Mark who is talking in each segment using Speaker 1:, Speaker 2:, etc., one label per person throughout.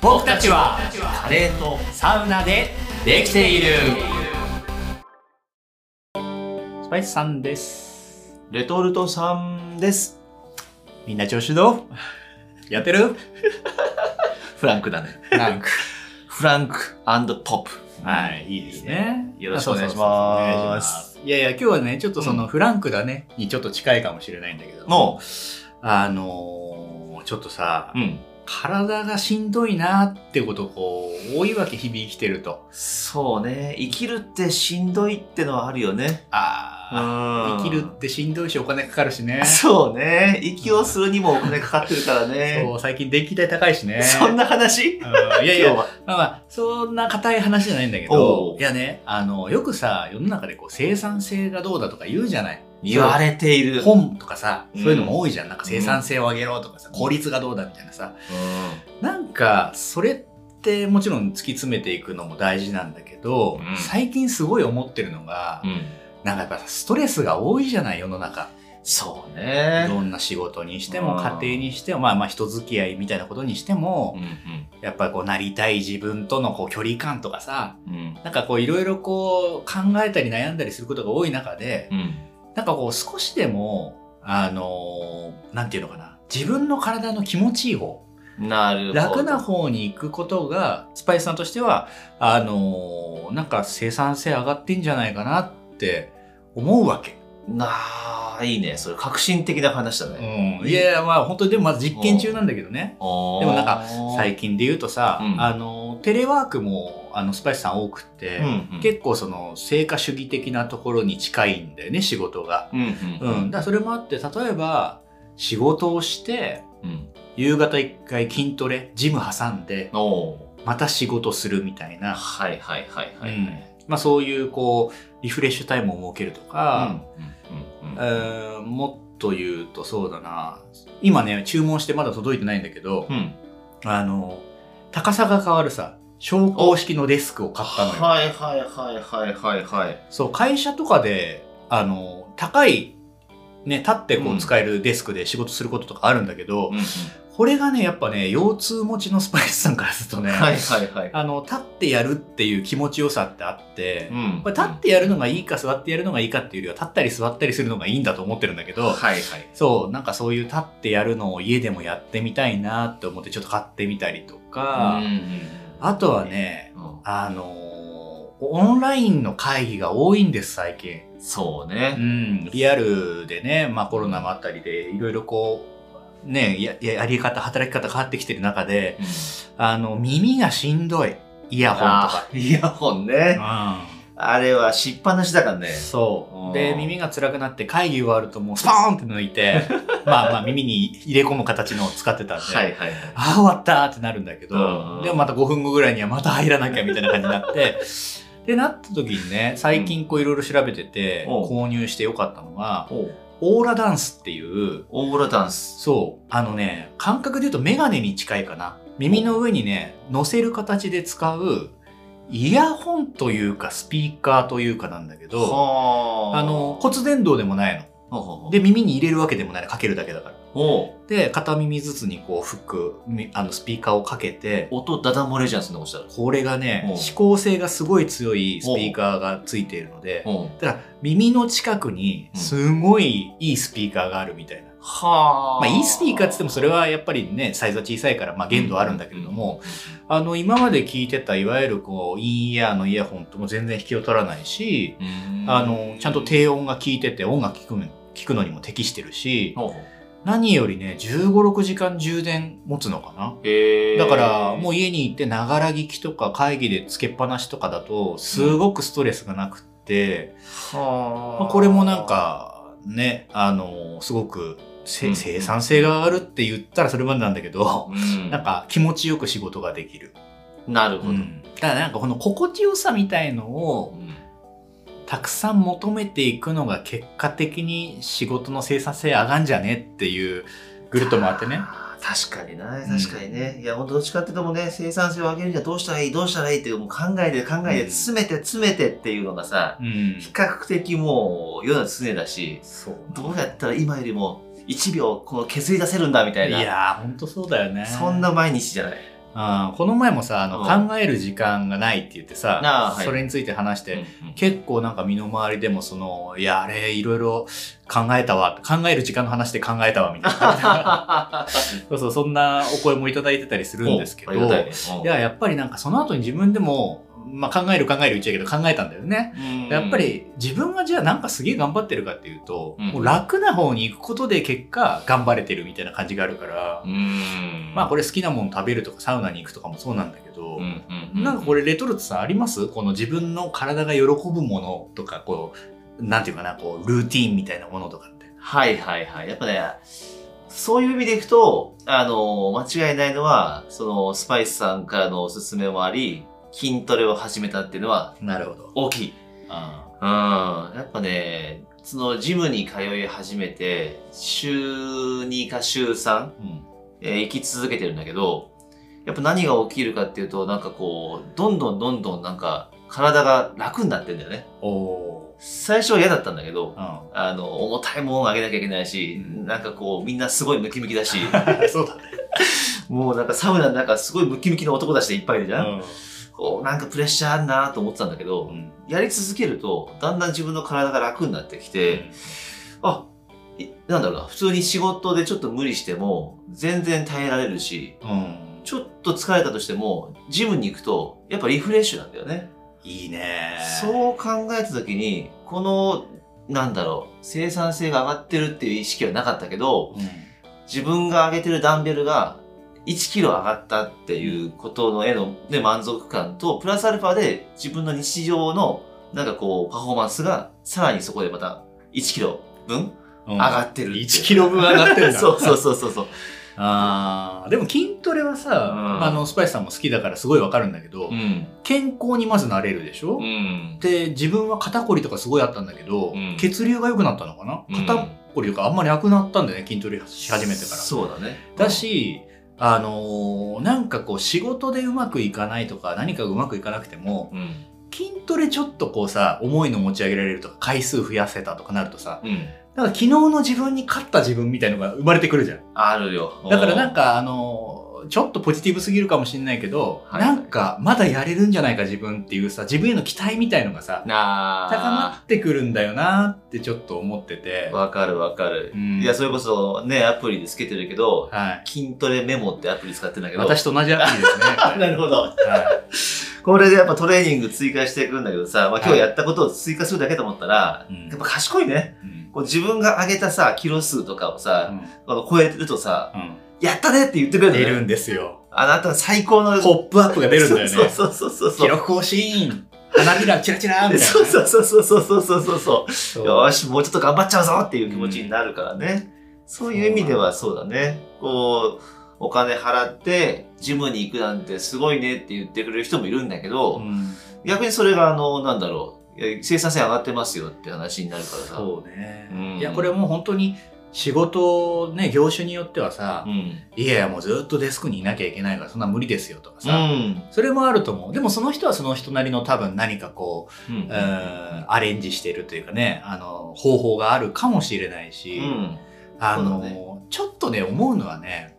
Speaker 1: 僕たちは
Speaker 2: カレーと
Speaker 1: サウナでできているスパイスさんです
Speaker 2: レトルトさんです
Speaker 1: みんな調子どう やってる
Speaker 2: フランクだね
Speaker 1: なんか
Speaker 2: フランクポップ
Speaker 1: はいいいですね
Speaker 2: よろしくお願いし
Speaker 1: そうそう
Speaker 2: ます
Speaker 1: そうお願いしますいやいや今日はねちょっとそのフランクだねにちょっと近いかもしれないんだけど
Speaker 2: の
Speaker 1: あのーちょっとさ
Speaker 2: うん
Speaker 1: 体がしんどいなってことこう多いわけ日々生きてると
Speaker 2: そうね生きるってしんどいってのはあるよね
Speaker 1: ああ
Speaker 2: 生
Speaker 1: 生きるってしんどいしお金かかるし ね
Speaker 2: そうね息をするにもお金かかってるからね
Speaker 1: そう、最近電気代高いしね。
Speaker 2: そん
Speaker 1: な。
Speaker 2: な話
Speaker 1: いやい
Speaker 2: 今
Speaker 1: や、
Speaker 2: 日
Speaker 1: ま
Speaker 2: は
Speaker 1: あまあ、そんな硬い話じゃないんだけ
Speaker 2: お
Speaker 1: ど
Speaker 2: う、
Speaker 1: いやね、あの、よくさ、世の中でこう、生産性がどうだとか言うじゃない。
Speaker 2: 言われている
Speaker 1: 本とかさ、そういうのも多いじゃん。なんか
Speaker 2: うん
Speaker 1: 生産性を上げろとかさ、効率がどうだみたいなさ。なんか、それってもちろん突き詰めていくのも大事なんだけど、
Speaker 2: うん
Speaker 1: 最近すごい思ってるのが、
Speaker 2: うん、うん、
Speaker 1: なんかやっぱさストレスが多いじゃない、世の中。
Speaker 2: そうね
Speaker 1: どんな仕事にしても、
Speaker 2: うん
Speaker 1: 家庭にしても、まあまあ人付き合いみたいなことにしても、
Speaker 2: うん
Speaker 1: やっぱこうなりたい自分とのこう距離感とかさ、
Speaker 2: うんうん
Speaker 1: なんかこういろいろこう考えたり悩んだりすることが多い中で
Speaker 2: う、ん
Speaker 1: なんかこう少しでも、あのーなんていうのかな、自分の体の気持ちいい方、
Speaker 2: なるほど。
Speaker 1: 楽な方に行くことが、スパイスさんとしては、あのーなんか生産性上がってんじゃないかなって思うわけ。
Speaker 2: なあ、いいね。それ革新的な話だね。
Speaker 1: うん。いやいや、まあ本当にでもまだ実験中なんだけどね。
Speaker 2: でも
Speaker 1: でもなんか、最近で言うとさ、
Speaker 2: うん
Speaker 1: あのテレワークもあのスパイスさん多くって、
Speaker 2: うんうん
Speaker 1: 結構その成果主義的なところに近いんだよね仕事が。
Speaker 2: うんう
Speaker 1: うんん、だからそれもあって例えば仕事をして
Speaker 2: うん。
Speaker 1: 夕方一回筋トレジム挟んで
Speaker 2: おお
Speaker 1: また仕事するみたい
Speaker 2: ー。
Speaker 1: な、
Speaker 2: はいはいはいはいはい。
Speaker 1: うんまあ、そういうこうリフレッシュタイムを設けるとか、
Speaker 2: うんうん
Speaker 1: えーもっと言うとそうだな今ね注文してまだ届いてないんだけど、
Speaker 2: うんうん。
Speaker 1: あの、高さが変わるさ、昇降式のデスクを買ったのよ。
Speaker 2: はいはいはいはいはいはい。
Speaker 1: そう、会社とかで、あの、高い、ね、立ってこ
Speaker 2: う
Speaker 1: うん使えるデスクで仕事することとかあるんだけど、
Speaker 2: うんうん
Speaker 1: これがね、やっぱね、腰痛持ちのスパイスさんからするとね、
Speaker 2: はいはいはい。
Speaker 1: あの、立ってやるっていう気持ちよさってあって、
Speaker 2: ん
Speaker 1: これ立ってやるのがいいか座ってやるのがいいかっていうよりは、立ったり座ったりするのがいいんだと思ってるんだけど、
Speaker 2: はいはい。
Speaker 1: そう、なんかそういう立ってやるのを家でもやってみたいなって思ってちょっと買ってみたりとか、
Speaker 2: うんうん
Speaker 1: あとはね、
Speaker 2: うん
Speaker 1: あのーオンラインの会議が多いんです、最近。
Speaker 2: そう
Speaker 1: う
Speaker 2: ね。
Speaker 1: ん、リアルでね、まあコロナもあったりで、いろいろこう、ね、や、ややり方、働き方変わってきてる中で、あの、耳がしんどい。イヤホンとか
Speaker 2: あーイヤホンね。。あれはしっぱなしだからね
Speaker 1: うん。そう。
Speaker 2: う
Speaker 1: で、
Speaker 2: ん
Speaker 1: 耳が辛くなって会議終わるともうスポーンって抜いて、 まあまあ耳に入れ込む形のを使ってたんで、
Speaker 2: はいはいはい。
Speaker 1: ああ、終わったってなるんだけど、
Speaker 2: うん
Speaker 1: でもまた5分後ぐらいにはまた入らなきゃみたいな感じになって、で、なった時にね、最近こういろいろ調べてて、
Speaker 2: うん
Speaker 1: 購入してよかったのが、
Speaker 2: お
Speaker 1: オーラダンスっていう、
Speaker 2: オーラダンス。
Speaker 1: そう、あのね、感覚で言うとメガネに近いかな。耳の上にね、乗せる形で使う、イヤホンというかスピーカーというかなんだけど、
Speaker 2: はー
Speaker 1: あの、骨伝導でもないの。
Speaker 2: ほうほうほう
Speaker 1: で、耳に入れるわけでもない。かけるだけだから。
Speaker 2: おう
Speaker 1: で、片耳ずつにこう、フック、みあの、スピーカーをかけて、
Speaker 2: 音ダダ漏れじゃんそんなことしたら
Speaker 1: これがね
Speaker 2: おう
Speaker 1: 指向性がすごい強いスピーカーがついているので
Speaker 2: うん
Speaker 1: だから耳の近くにすごいいいスピーカーがあるみたいな、
Speaker 2: は
Speaker 1: まあ、いいスピーカーっつってもそれ
Speaker 2: は
Speaker 1: はやっぱりねサイズは小さいから、まあ、限度あるんだけれども、あの今まで聞いてたいわゆるこうインイヤーのイヤホンとも全然引きを取らないし、あのちゃんと低音が効いてて音楽聞くの聞くのにも適してるし
Speaker 2: ほうほう
Speaker 1: 何よりね1 5 6時間充電持つのかな
Speaker 2: へー
Speaker 1: だからもう家に行ってながら聞きとか会議でつけっぱなしとかだとすごくストレスがなくって、
Speaker 2: はー
Speaker 1: まあこれもなんかねあのすごくせ
Speaker 2: うん
Speaker 1: 生産性が上がるって言ったらそれまでなんだけど、
Speaker 2: うん
Speaker 1: なんか気持ちよく仕事ができる、
Speaker 2: なるほど、
Speaker 1: だからなんかこの心地よさみたいのをたくさん求めていくのが結果的に仕事の生産性上がんじゃねっていうぐるっと回ってね
Speaker 2: あー確かにな確かにね、いや本当どっちかっていうともうね生産性を上げるにはどうしたらいいどうしたらいいっていうもう考えて考え
Speaker 1: うん
Speaker 2: て詰めて詰めてっていうのがさ、
Speaker 1: うん
Speaker 2: 比較的もう世の常だし
Speaker 1: そう
Speaker 2: どうやったら今よりも1秒この削り出せるんだみたい
Speaker 1: い
Speaker 2: な
Speaker 1: やーほんとそうだよね
Speaker 2: そんな毎日じゃない
Speaker 1: あーこの前もさ、あ
Speaker 2: う
Speaker 1: の、考える時間がないって言って
Speaker 2: あー
Speaker 1: さ、
Speaker 2: はい
Speaker 1: それについて話して、
Speaker 2: うんうん
Speaker 1: 結構なんか身の回りでもその、いや、あれ、いろいろ考えたわ、考える時間の話で考えたわ、みたい な。そうそう、そんなお声もいただいてたりするんですけど、
Speaker 2: ありがたい
Speaker 1: い
Speaker 2: ね
Speaker 1: や、やっぱりなんかその後に自分でも、まあ考える考えるうちやけど考えたんだよね。
Speaker 2: うん
Speaker 1: やっぱり自分はじゃあなんかすげえ頑張ってるかっていうと、
Speaker 2: うん
Speaker 1: もう楽な方に行くことで結果頑張れてるみたいな感じがあるから、
Speaker 2: うん
Speaker 1: まあこれ好きなもの食べるとかサウナに行くとかもそうなんだけど、
Speaker 2: うんうんうん
Speaker 1: なんかこれレトルトさんありますこの自分の体が喜ぶものとか、こう、なんていうかな、こう、ルーティーンみたいなものとかって。
Speaker 2: はいはいはい。やっぱね、そういう意味でいくと、あの、間違いないのは、その、スパイスさんからのおすすめもあり、筋トレを始めたっていうのは
Speaker 1: なるほど。
Speaker 2: 大きい。
Speaker 1: あ
Speaker 2: うん。やっぱね、その、ジムに通い始めて、週2か週 3?
Speaker 1: ーうん。
Speaker 2: えー生き続けてるんだけど、やっぱ何が起きるかっていうと、なんかこう、どんどんどんどんなんか、体が楽になってんだよね。
Speaker 1: お
Speaker 2: 最初は嫌だったんだけど、
Speaker 1: ー。
Speaker 2: あの、重たいものを上げなきゃいけないし、
Speaker 1: うん
Speaker 2: なんかこう、みんなすごいムキムキ だし、
Speaker 1: うん。そうだね。
Speaker 2: もうなんかサウナの中すごいムキムキの男たちでいっぱいいるじゃん、こう、なんかプレッシャーあるなと思ってたんだけど、
Speaker 1: うん。
Speaker 2: やり続けると、だんだん自分の体が楽になってきて、あ、いなんだろうな、普通に仕事でちょっと無理しても、全然耐えられるし、
Speaker 1: うん。
Speaker 2: ちょっと疲れたとしても、ジムに行くと、やっぱリフレッシュなんだよね。
Speaker 1: いいねう。
Speaker 2: そう考えた時にこのなんだろう生産性が上がってるっていう意識はなかったけど
Speaker 1: うん
Speaker 2: 自分が上げてるダンベルが1キロ上がったっていうことのへの、ね、満足感とプラスアルファで自分の日常のなんかこうパフォーマンスがさらにそこでまた1キロ分
Speaker 1: 上
Speaker 2: 上がってるっていう、
Speaker 1: 1キロ分上がってるんだ。
Speaker 2: そうそうそうそうそう、
Speaker 1: あーでも筋トレはさ、
Speaker 2: うん
Speaker 1: あのスパイスさんも好きだからすごいわかるんだけど、
Speaker 2: ん
Speaker 1: 健康にまずなれるでしょ、
Speaker 2: うん
Speaker 1: で自分は肩こりとかすごいあったんだけど、
Speaker 2: うん
Speaker 1: 血流が良くなったのかな、
Speaker 2: うん
Speaker 1: 肩こりとかあんまりなくなったんだよね筋トレし始めてから。
Speaker 2: そうだね
Speaker 1: だしあのーなんかこう仕事でうまくいかないとか何かがうまくいかなくても
Speaker 2: うん
Speaker 1: 筋トレちょっとこうさ重いの持ち上げられるとか回数増やせたとかなるとさ
Speaker 2: うん
Speaker 1: なんか昨日の自分に勝った自分みたいのが生まれてくるじゃん。
Speaker 2: あるよ
Speaker 1: だからなん
Speaker 2: か
Speaker 1: かあのちょっとポジティブすぎるかもしれないけど、
Speaker 2: はい
Speaker 1: なんかまだやれるんじゃないか自分っていうさ自分への期待みたいのがさ
Speaker 2: な
Speaker 1: 高
Speaker 2: あ
Speaker 1: まってくるんだよなってちょっと思ってて、
Speaker 2: わかるわかる。
Speaker 1: うん
Speaker 2: いや、それこそね、アプリでつけてるけど、
Speaker 1: はい、
Speaker 2: 筋トレメモってアプリ使ってるんだけど。
Speaker 1: 私と同じアプリですね
Speaker 2: あ なるほど。
Speaker 1: は
Speaker 2: これでやっぱトレーニング追加していくんだけどさ、まあ、
Speaker 1: は
Speaker 2: 今
Speaker 1: い
Speaker 2: 日やったことを追加するだけと思ったら、
Speaker 1: いうん
Speaker 2: やっぱ賢いね。こう自分が上げたさ、キロ数とかを
Speaker 1: う
Speaker 2: さ、
Speaker 1: ん
Speaker 2: この超えてるとさ、
Speaker 1: うん
Speaker 2: やったねって言ってくれるの
Speaker 1: 出
Speaker 2: ね
Speaker 1: るんですよ
Speaker 2: あなたは最高の。
Speaker 1: ポップアップが出るんだよね
Speaker 2: そうそうそうそうそ
Speaker 1: 記
Speaker 2: う。
Speaker 1: 録更新花びらチラチラみたいなね、
Speaker 2: そうそうそうそうそうそうそうそう
Speaker 1: そう
Speaker 2: よーし、もうちょっと頑張っちゃうぞっていう気持ちになるからね。そういう意味ではそうだね。こう、お金払って、ジムに行くなんてすごいねって言ってくれる人もいるんだけど、
Speaker 1: うん
Speaker 2: 逆にそれが、あの、なんだろう、いや生産性上がってますよって話になるからさ。
Speaker 1: そうね、
Speaker 2: うん
Speaker 1: いやこれもう本当に仕事ね業種によってはさ、
Speaker 2: うん。
Speaker 1: いやいやもうずっとデスクにいなきゃいけないからそんな無理ですよとか
Speaker 2: う
Speaker 1: さ、
Speaker 2: ん。
Speaker 1: それもあると思うでもその人はその人なりの多分何かこう、
Speaker 2: うん
Speaker 1: うーんアレンジしてるというかねあの方法があるかもしれないし、
Speaker 2: うん。
Speaker 1: あの、
Speaker 2: そうだ
Speaker 1: ちょっとね思うのはね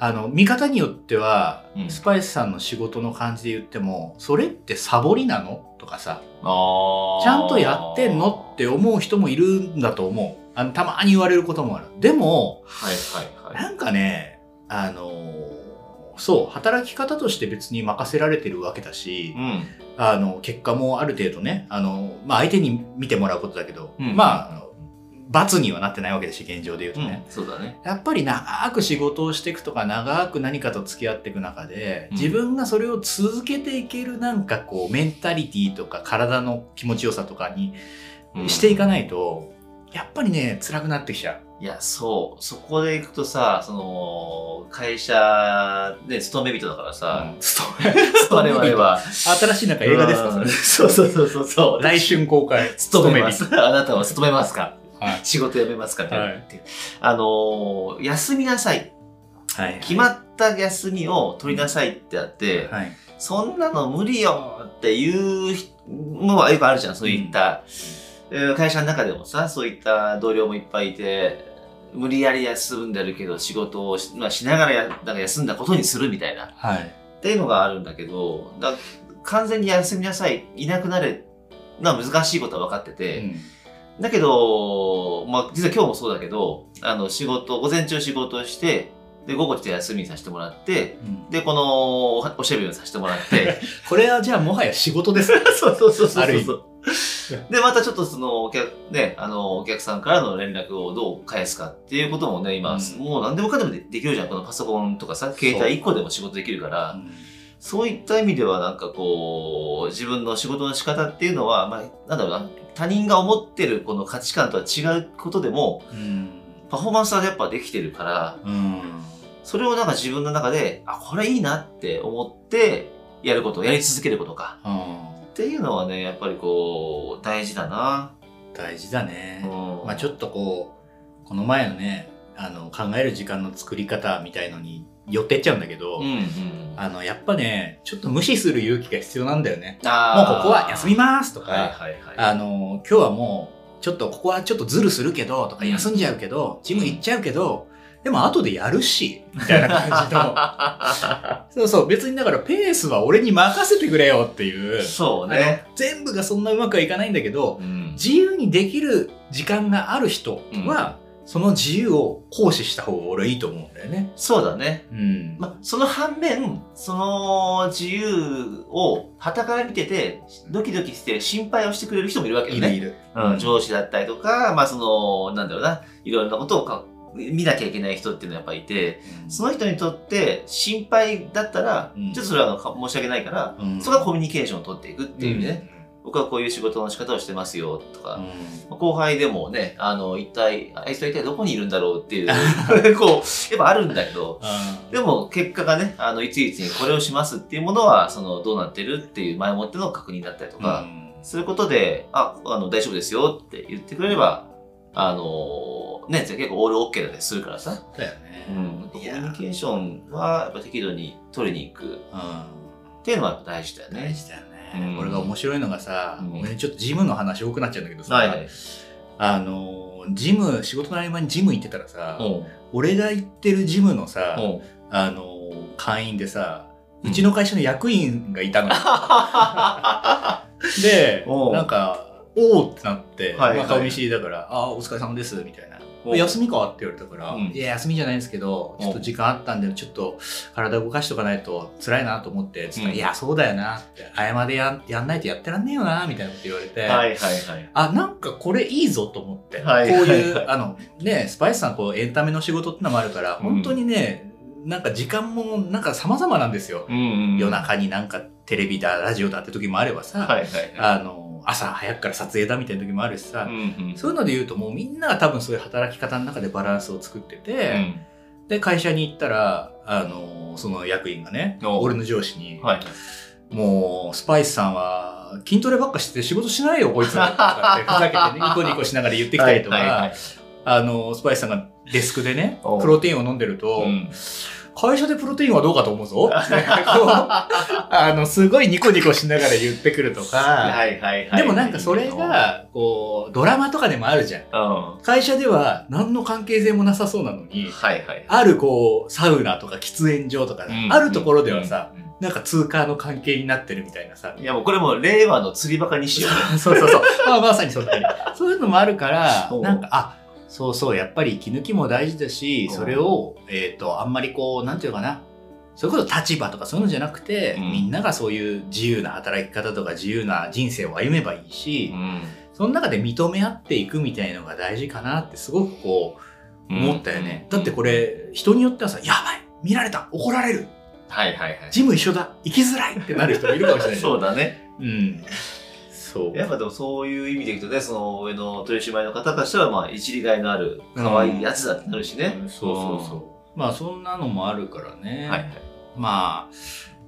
Speaker 1: あの見方によっては、
Speaker 2: うん
Speaker 1: スパイスさんの仕事の感じで言ってもそれってサボりなのとかさ
Speaker 2: あ
Speaker 1: ちゃんとやってんのって
Speaker 2: はい
Speaker 1: 思う人もいるんだと思うあのたまに言われることもあるでも
Speaker 2: はいはい。
Speaker 1: なんかね、あのーそう、働き方として別に任せられてるわけだし、
Speaker 2: うん。
Speaker 1: あの、結果もある程度ね、あの、まあ、相手に見てもらうことだけど、
Speaker 2: うん
Speaker 1: まああの、罰にはなってないわけだし、現状で言うと
Speaker 2: うん
Speaker 1: ね。。
Speaker 2: そうだね。
Speaker 1: やっぱり長く仕事をしていくとか、長く何かと付き合っていく中で、
Speaker 2: うん
Speaker 1: 自分がそれを続けていけるなんかこう、メンタリティとか体の気持ちよさとかにしていかないと、やっぱりね、辛くなってきちゃう。
Speaker 2: いや、そう。そこで行くとさ、その、会社で勤め人だからさ、
Speaker 1: 勤
Speaker 2: 我々は。
Speaker 1: 新しいなんか映画ですかそれ
Speaker 2: そうそうそうそうそう。
Speaker 1: 来春公開。
Speaker 2: 勤めます。あなたは勤めますか
Speaker 1: はい。
Speaker 2: 仕事辞めますかみたいな
Speaker 1: はい
Speaker 2: ってあのー休みなさい。
Speaker 1: はい。
Speaker 2: 決まった休みを取りなさいってあって、
Speaker 1: はい。
Speaker 2: そんなの無理よっていうひのはよくあるじゃん、そういった。えー会社の中でもさ、そういった同僚もいっぱいいて、無理やり休んでるけど仕事をし,、まあ、しながらやなんか休んだことにするみたいなっ
Speaker 1: はい。
Speaker 2: ていうのがあるんだけどだ完全に休みなさいいなくなれのは難しいことは分かってて、だけど、まあ、実は今日もそうだけどあの仕事午前中仕事をしてで午後ちょっと休みにさせてもらって
Speaker 1: うん
Speaker 2: でこのおおしゃべりをさせてもらって
Speaker 1: これはじゃあもはや仕事です。
Speaker 2: そうそうそう
Speaker 1: ある意
Speaker 2: でまたちょっとそのお客,、ね、あのお客さんからの連絡をどう返すかっていうこともね今、
Speaker 1: うん
Speaker 2: もう何でもかんでもでできるじゃんこのパソコンとかさ携帯1個でも仕事できるから。そういった意味ではなんかこう自分の仕事の仕方っていうのは、まあ、なんだろうな他人が思ってるこの価値観とは違うことでも
Speaker 1: うん。
Speaker 2: パフォーマンスはやっぱできてるから
Speaker 1: うん。
Speaker 2: それをなんか自分の中であこれいいなって思ってやることやり続けることか
Speaker 1: うん
Speaker 2: っていうのはねやっぱりこう大事だな、
Speaker 1: 大事だ
Speaker 2: う
Speaker 1: ね
Speaker 2: ん。
Speaker 1: まあちょっとこう、この前のね、あの、考える時間の作り方みたいのに寄ってっちゃうんだけど、
Speaker 2: うんうん、
Speaker 1: あの、やっぱね、ちょっと無視する勇気が必要なんだよね。もう
Speaker 2: あー
Speaker 1: ここは休みますとか、
Speaker 2: はいはいはい
Speaker 1: あの、今日はもう、ちょっとここはちょっとズルするけど、とか休んじゃうけど、ジム行っちゃうけど、でも後でやるし、みたいな感じの。 そうそう、別にだからペースは俺に任せてくれよっていう。
Speaker 2: そうね、
Speaker 1: あの全部がそんなうまくはいかないんだけど、
Speaker 2: うん
Speaker 1: 自由にできる時間がある人は、その自由を行使した方が俺はいいと思うんだよね。
Speaker 2: そうだね
Speaker 1: うん。
Speaker 2: まあ、その反面、その自由を傍から見てて、ドキドキして心配をしてくれる人もいるわけ
Speaker 1: い
Speaker 2: よ
Speaker 1: る
Speaker 2: ね。
Speaker 1: いる。
Speaker 2: うん、上司だったりとか、まあその、なんだろうな、いろんなことをか見なきゃいけない人っていうのはやっぱいて、その人にとって心配だったら、
Speaker 1: うん
Speaker 2: ちょっとそれはあのか申し訳ないから、
Speaker 1: うん
Speaker 2: そこはコミュニケーションを取っていくっていうね、。
Speaker 1: ん
Speaker 2: 僕はこういう仕事の仕方をしてますよとか、
Speaker 1: う
Speaker 2: 後輩でもね、あの、一体、あいつは一体どこにいるんだろうっていう、 こう、やっぱあるんだけど、
Speaker 1: ん
Speaker 2: でも結果がね、あの、いついつにこれをしますっていうものは、その、どうなってるっていう前もっての確認だったりと
Speaker 1: う
Speaker 2: か、
Speaker 1: ん
Speaker 2: そういうことで、あ、あの、大丈夫ですよって言ってくれれば、あの、ね、結構オールオッケーだったりするからさ、
Speaker 1: だよ
Speaker 2: う
Speaker 1: ね
Speaker 2: ん。。コ
Speaker 1: い
Speaker 2: ミ
Speaker 1: や
Speaker 2: ュニケーションは、やっぱ適度に取りに行くっていうのはやっぱ大事だよ
Speaker 1: 大
Speaker 2: ね。
Speaker 1: 事だよ
Speaker 2: う
Speaker 1: ね
Speaker 2: ん。
Speaker 1: 俺が面白いのがさ、
Speaker 2: うん
Speaker 1: ごめんねちょっとジムの話多くなっちゃうんだけどさ、
Speaker 2: はいはい。
Speaker 1: あのー、ジム、仕事の合間にジム行ってたらさ、
Speaker 2: うん。
Speaker 1: 俺が行ってるジムのさ、
Speaker 2: うん。
Speaker 1: あのー、会員でさ、
Speaker 2: うん
Speaker 1: うちの会社の役員がいたのよ。 で、
Speaker 2: おう
Speaker 1: なんか、おーってなって、
Speaker 2: はい
Speaker 1: まあ顔見知りだから、あーお疲れ様です、みたいな。休みかって言われたから、
Speaker 2: うん
Speaker 1: いや、休みじゃないんですけど、ちょっと時間あったんで、ちょっと体動かしとかないと辛いなと思って、つったら、
Speaker 2: うん
Speaker 1: いや、そうだよなって、合間でややんないとやってらんねえよな、みたいなこと言われて、
Speaker 2: はいはいはい。
Speaker 1: あ、なんかこれいいぞと思って、
Speaker 2: はい
Speaker 1: こうい、
Speaker 2: はいはいう
Speaker 1: あの、ね、スパイスさん、こう、エンタメの仕事ってのもあるから、
Speaker 2: ん
Speaker 1: 本当にね、なんか時間も、なんか様々なんですよ。
Speaker 2: うんうん
Speaker 1: 夜。中になんかテレビだ、ラジオだって時もあればさ、
Speaker 2: はいはいはい。
Speaker 1: あの、朝早くから撮影だみたいな時もあるしさ、
Speaker 2: うんうん
Speaker 1: そういうので言うともうみんなが多分そういう働き方の中でバランスを作ってて、で、会社に行ったら、あの、その役員がね、
Speaker 2: お
Speaker 1: 俺の上司に、
Speaker 2: はい。
Speaker 1: もう、スパイスさんは筋トレばっかしてて仕事しないよ、こいつ ら。とかってふざけてね、ニコニコしながら言ってきたりと
Speaker 2: はいはい
Speaker 1: か、あの、スパイスさんがデスクでね
Speaker 2: お、う
Speaker 1: プロテインを飲んでると
Speaker 2: う、ん
Speaker 1: 会社でプロテインはどうかと思 うぞ。ってこうあの、すごいニコニコしながら言ってくるとか、
Speaker 2: はいはいはい。
Speaker 1: でもなんかそれが、こう、ドラマとかでもあるじゃん。
Speaker 2: うん、は
Speaker 1: 会社では何の関係性もなさそうなの
Speaker 2: い
Speaker 1: に、
Speaker 2: はい。
Speaker 1: あるこう、サウナとか喫煙所とか、あるところではさ、、なんか通貨の関係になってるみたいなさ
Speaker 2: うん、いやもうこれもう令和の釣りバカにしよう。
Speaker 1: そうそうそう。まあまさにそんなに。そういうのもあるから
Speaker 2: そ、う
Speaker 1: なんか、あ、そうそう、やっぱり息抜きも大事だし、
Speaker 2: うん
Speaker 1: それを、えっ、と、あんまりこう、なんていうのかな。それこそ立場とかそういうのじゃなくて、
Speaker 2: うん
Speaker 1: みんながそういう自由な働き方とか自由な人生を歩めばいいし、
Speaker 2: ん、
Speaker 1: その中で認め合っていくみたいのが大事かなってすごくこう思ったよね。だってこ、れ、人によってはさ、やばい見られた怒られる
Speaker 2: はいはいはい。
Speaker 1: ジム一緒だ行きづらいってなる人もいるかもしれない。
Speaker 2: そうだね。
Speaker 1: うん。そう。
Speaker 2: やっぱでもそういう意味でいくとね、その上の取締役の方としては、まあ、一理外のある、可愛いやつだってなるしね。
Speaker 1: うんそうそうそう。まあそんなのもあるからね。
Speaker 2: はいはい。
Speaker 1: まあ、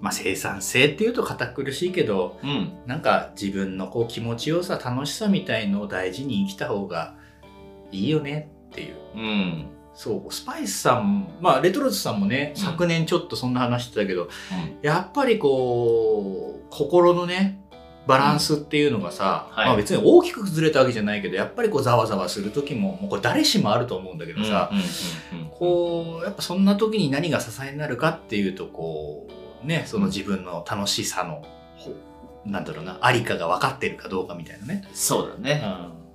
Speaker 1: まあ生産性っていうと堅苦しいけど、
Speaker 2: うん。
Speaker 1: なんか自分のこう気持ちよさ、楽しさみたいのを大事に生きた方がいいよねっていう。
Speaker 2: うん。
Speaker 1: そう、スパイスさん、まあレトロズさんもね、
Speaker 2: うん
Speaker 1: 昨年ちょっとそんな話してたけど、やっぱりこう、心のね、バランスっていうのがさ、
Speaker 2: はい
Speaker 1: まあ、別に大きくずれたわけじゃないけどやっぱりこうざわざわする時ももうこれ誰しもあると思うんだけどさ、こうやっぱそんな時に何が支えになるかっていうとこうねその自分の楽しさの、ほなんだろうなありかが分かってるかどうかみたいなね。
Speaker 2: そうだ
Speaker 1: うん
Speaker 2: ね、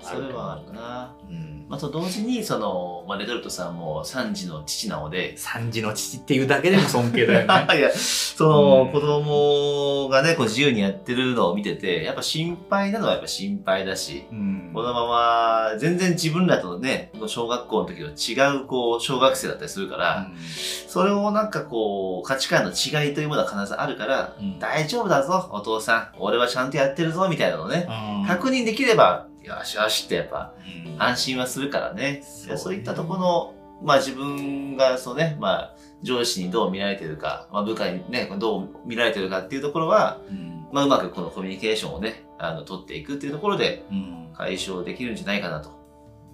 Speaker 2: それはあるかな
Speaker 1: うん
Speaker 2: まあと同時にその、まあ、レトルトさんも3児の父なので
Speaker 1: 三時の父っていうだけでも尊敬だよ ね。
Speaker 2: いや、その、
Speaker 1: うん
Speaker 2: 子供がね、こう自由にやってるのを見てて、やっぱ心配なのはやっぱ心配だし、
Speaker 1: うん
Speaker 2: このまま全然自分らとね、こう小学校の時と違うこう小学生だったりするから、それをなんかこう価値観の違いというものは必ずあるから、
Speaker 1: うん
Speaker 2: 大丈夫だぞ、お父さん。俺はちゃんとやってるぞ、みたいなのをね。
Speaker 1: うん
Speaker 2: 確認できれば、よしよしってやっぱ
Speaker 1: うん
Speaker 2: 安心はするからね。そう,、
Speaker 1: そう
Speaker 2: いったところの、まあ自分が、そうね、まあ上司にどう見られてるか、まあ部下にね、どう見られてるかっていうところは、
Speaker 1: うん
Speaker 2: まあうまくこのコミュニケーションをね、あの、取っていくっていうところで
Speaker 1: うん
Speaker 2: 解消できるんじゃないかなと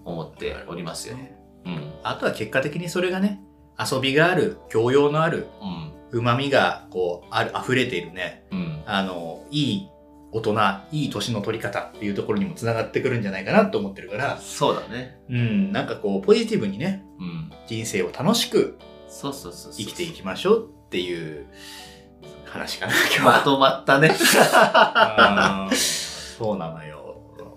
Speaker 2: 思っておりますよ。うん。うん。
Speaker 1: あとは結果的にそれがね遊びがある教養のあるうまみがこうある溢れているね
Speaker 2: うん。
Speaker 1: あのいい大人いい年の取り方っていうところにもつながってくるんじゃないかなと思ってるから、
Speaker 2: そうだね。
Speaker 1: うん、なんかこうポジティブにね
Speaker 2: うん。
Speaker 1: 人生を楽しく
Speaker 2: そうそうそうそう。
Speaker 1: 生きていきましょうっていう話か な今日
Speaker 2: まとまったね。
Speaker 1: は。うんそうなのよ。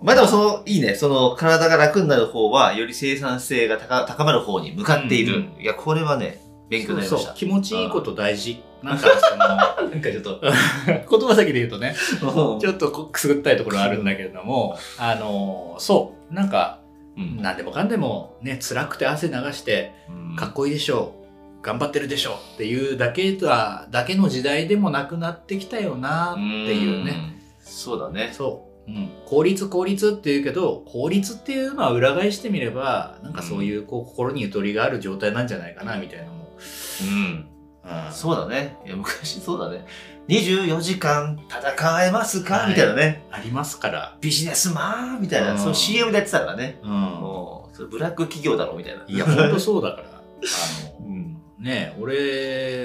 Speaker 2: まあでもその、いいね。その、体が楽になる方は、より生産性が高高まる方に向かってい
Speaker 1: う
Speaker 2: る。
Speaker 1: ん
Speaker 2: いや、これはね、勉強になり
Speaker 1: そう
Speaker 2: まし
Speaker 1: そう
Speaker 2: た。
Speaker 1: 気持ちいいこと大事。なんか その
Speaker 2: なんかちょっと、
Speaker 1: 言葉先で言うとね
Speaker 2: うん
Speaker 1: ちょっとこくすぐったいところはあるんだけれども、あのそう、なんか、
Speaker 2: うん
Speaker 1: 何でもかんでもね、辛くて汗流して、
Speaker 2: うん
Speaker 1: かっこいいでしょう、頑張ってるでしょうっていうだけとは、だけの時代でもなくなってきたよなっていうね。
Speaker 2: ん。そうだね。
Speaker 1: そう。うん、効率効率っていうけど効率っていうのは裏返してみればなんかそういうこう心にゆとりがある状態なんじゃないかなみたいなのも、
Speaker 2: うん。
Speaker 1: うん
Speaker 2: そうだね。いや、昔そうだね。24時間戦えますか、
Speaker 1: はい
Speaker 2: みたいなね。
Speaker 1: ありますから、
Speaker 2: ビジネスマンみたいな、
Speaker 1: うん
Speaker 2: その CM でやってたからね。
Speaker 1: うん、
Speaker 2: もう、それブラック企業だろ、みたいな。
Speaker 1: いやほんとそうだからあの
Speaker 2: うん。
Speaker 1: ねえ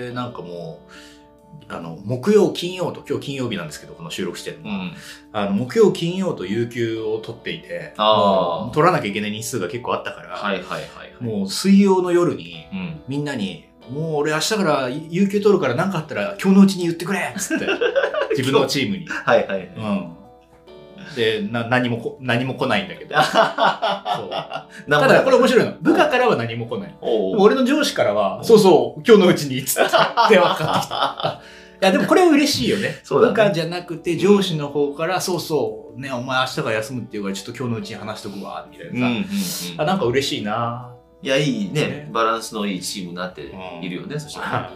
Speaker 1: 俺なんかもうあの木曜金曜と今日金曜日なんですけどこの収録してるの,、
Speaker 2: うん。
Speaker 1: あの木曜金曜と有給を取っていて
Speaker 2: あー
Speaker 1: もう取らなきゃいけない日数が結構あったから、
Speaker 2: はいはいはいはい。
Speaker 1: もう水曜の夜に
Speaker 2: うん。
Speaker 1: みんなに「もう俺明日から有給取るから何かあったら今日のうちに言ってくれ」っつ って自分のチームに。
Speaker 2: はいはいは
Speaker 1: う
Speaker 2: い。
Speaker 1: ん、でな何もこ何も来ないんだけ どそう
Speaker 2: た
Speaker 1: ただこれ面白いの部下からは何も来ない。
Speaker 2: お
Speaker 1: で
Speaker 2: う
Speaker 1: も俺の上司からは
Speaker 2: う、ん
Speaker 1: そうそう、今日のうちに、つって電話かかってきた。いや、でもこれは嬉しいよね。
Speaker 2: そうだね
Speaker 1: 部下じゃなくて、上司の方から、そうそう、ね、お前明日から休むっていうから、ちょっと今日のうちに話しとくわ、みたい
Speaker 2: うんう
Speaker 1: なさ。
Speaker 2: んうん
Speaker 1: あ、なんか嬉しいない
Speaker 2: や、いいね
Speaker 1: ね
Speaker 2: バランスのいいチームになっているよね、そしたら、ね
Speaker 1: は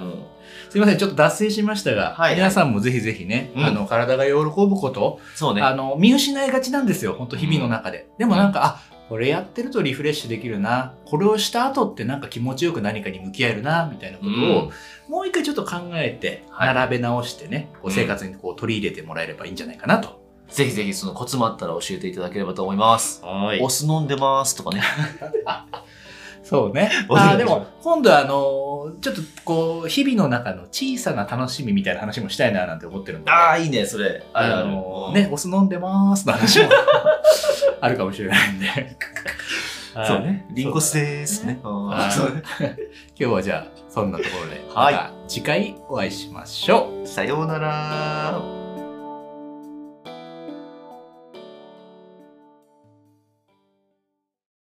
Speaker 1: すいません、ちょっと脱線しましたが、
Speaker 2: はい
Speaker 1: 皆さんもぜひぜひね、
Speaker 2: うん
Speaker 1: あの、体が喜ぶこと、
Speaker 2: うんそうね。
Speaker 1: あの、見失いがちなんですよ、本当日々の中で。でもなんか、あ、これやってるとリフレッシュできるな。これをした後ってなんか気持ちよく何かに向き合えるな、みたいなことを、もう一回ちょっと考えて、
Speaker 2: はい
Speaker 1: 並べ直してね、こう
Speaker 2: うん
Speaker 1: 生活にこう取り入れてもらえればいいんじゃないかなと。
Speaker 2: ぜひぜひそのコツもあったら教えていただければと思います。
Speaker 1: は
Speaker 2: お。酢飲んでますとかね。
Speaker 1: そうね。
Speaker 2: お願いします
Speaker 1: あーでも、今度はあのーちょっとこう、日々の中の小さな楽しみみたいな話もしたいななんて思ってるので。
Speaker 2: ああ、いいね、それ。あるあ
Speaker 1: あ
Speaker 2: る。
Speaker 1: の
Speaker 2: うん
Speaker 1: ーね、、お酢飲んでますの 話もあるかもしれないんで。
Speaker 2: そうね。リンゴ酢
Speaker 1: ス
Speaker 2: でーすね。うん
Speaker 1: はい
Speaker 2: そうね
Speaker 1: 今日はじゃあ、そんなところで、
Speaker 2: はい
Speaker 1: また次回お会いしましょう。
Speaker 2: さようなら。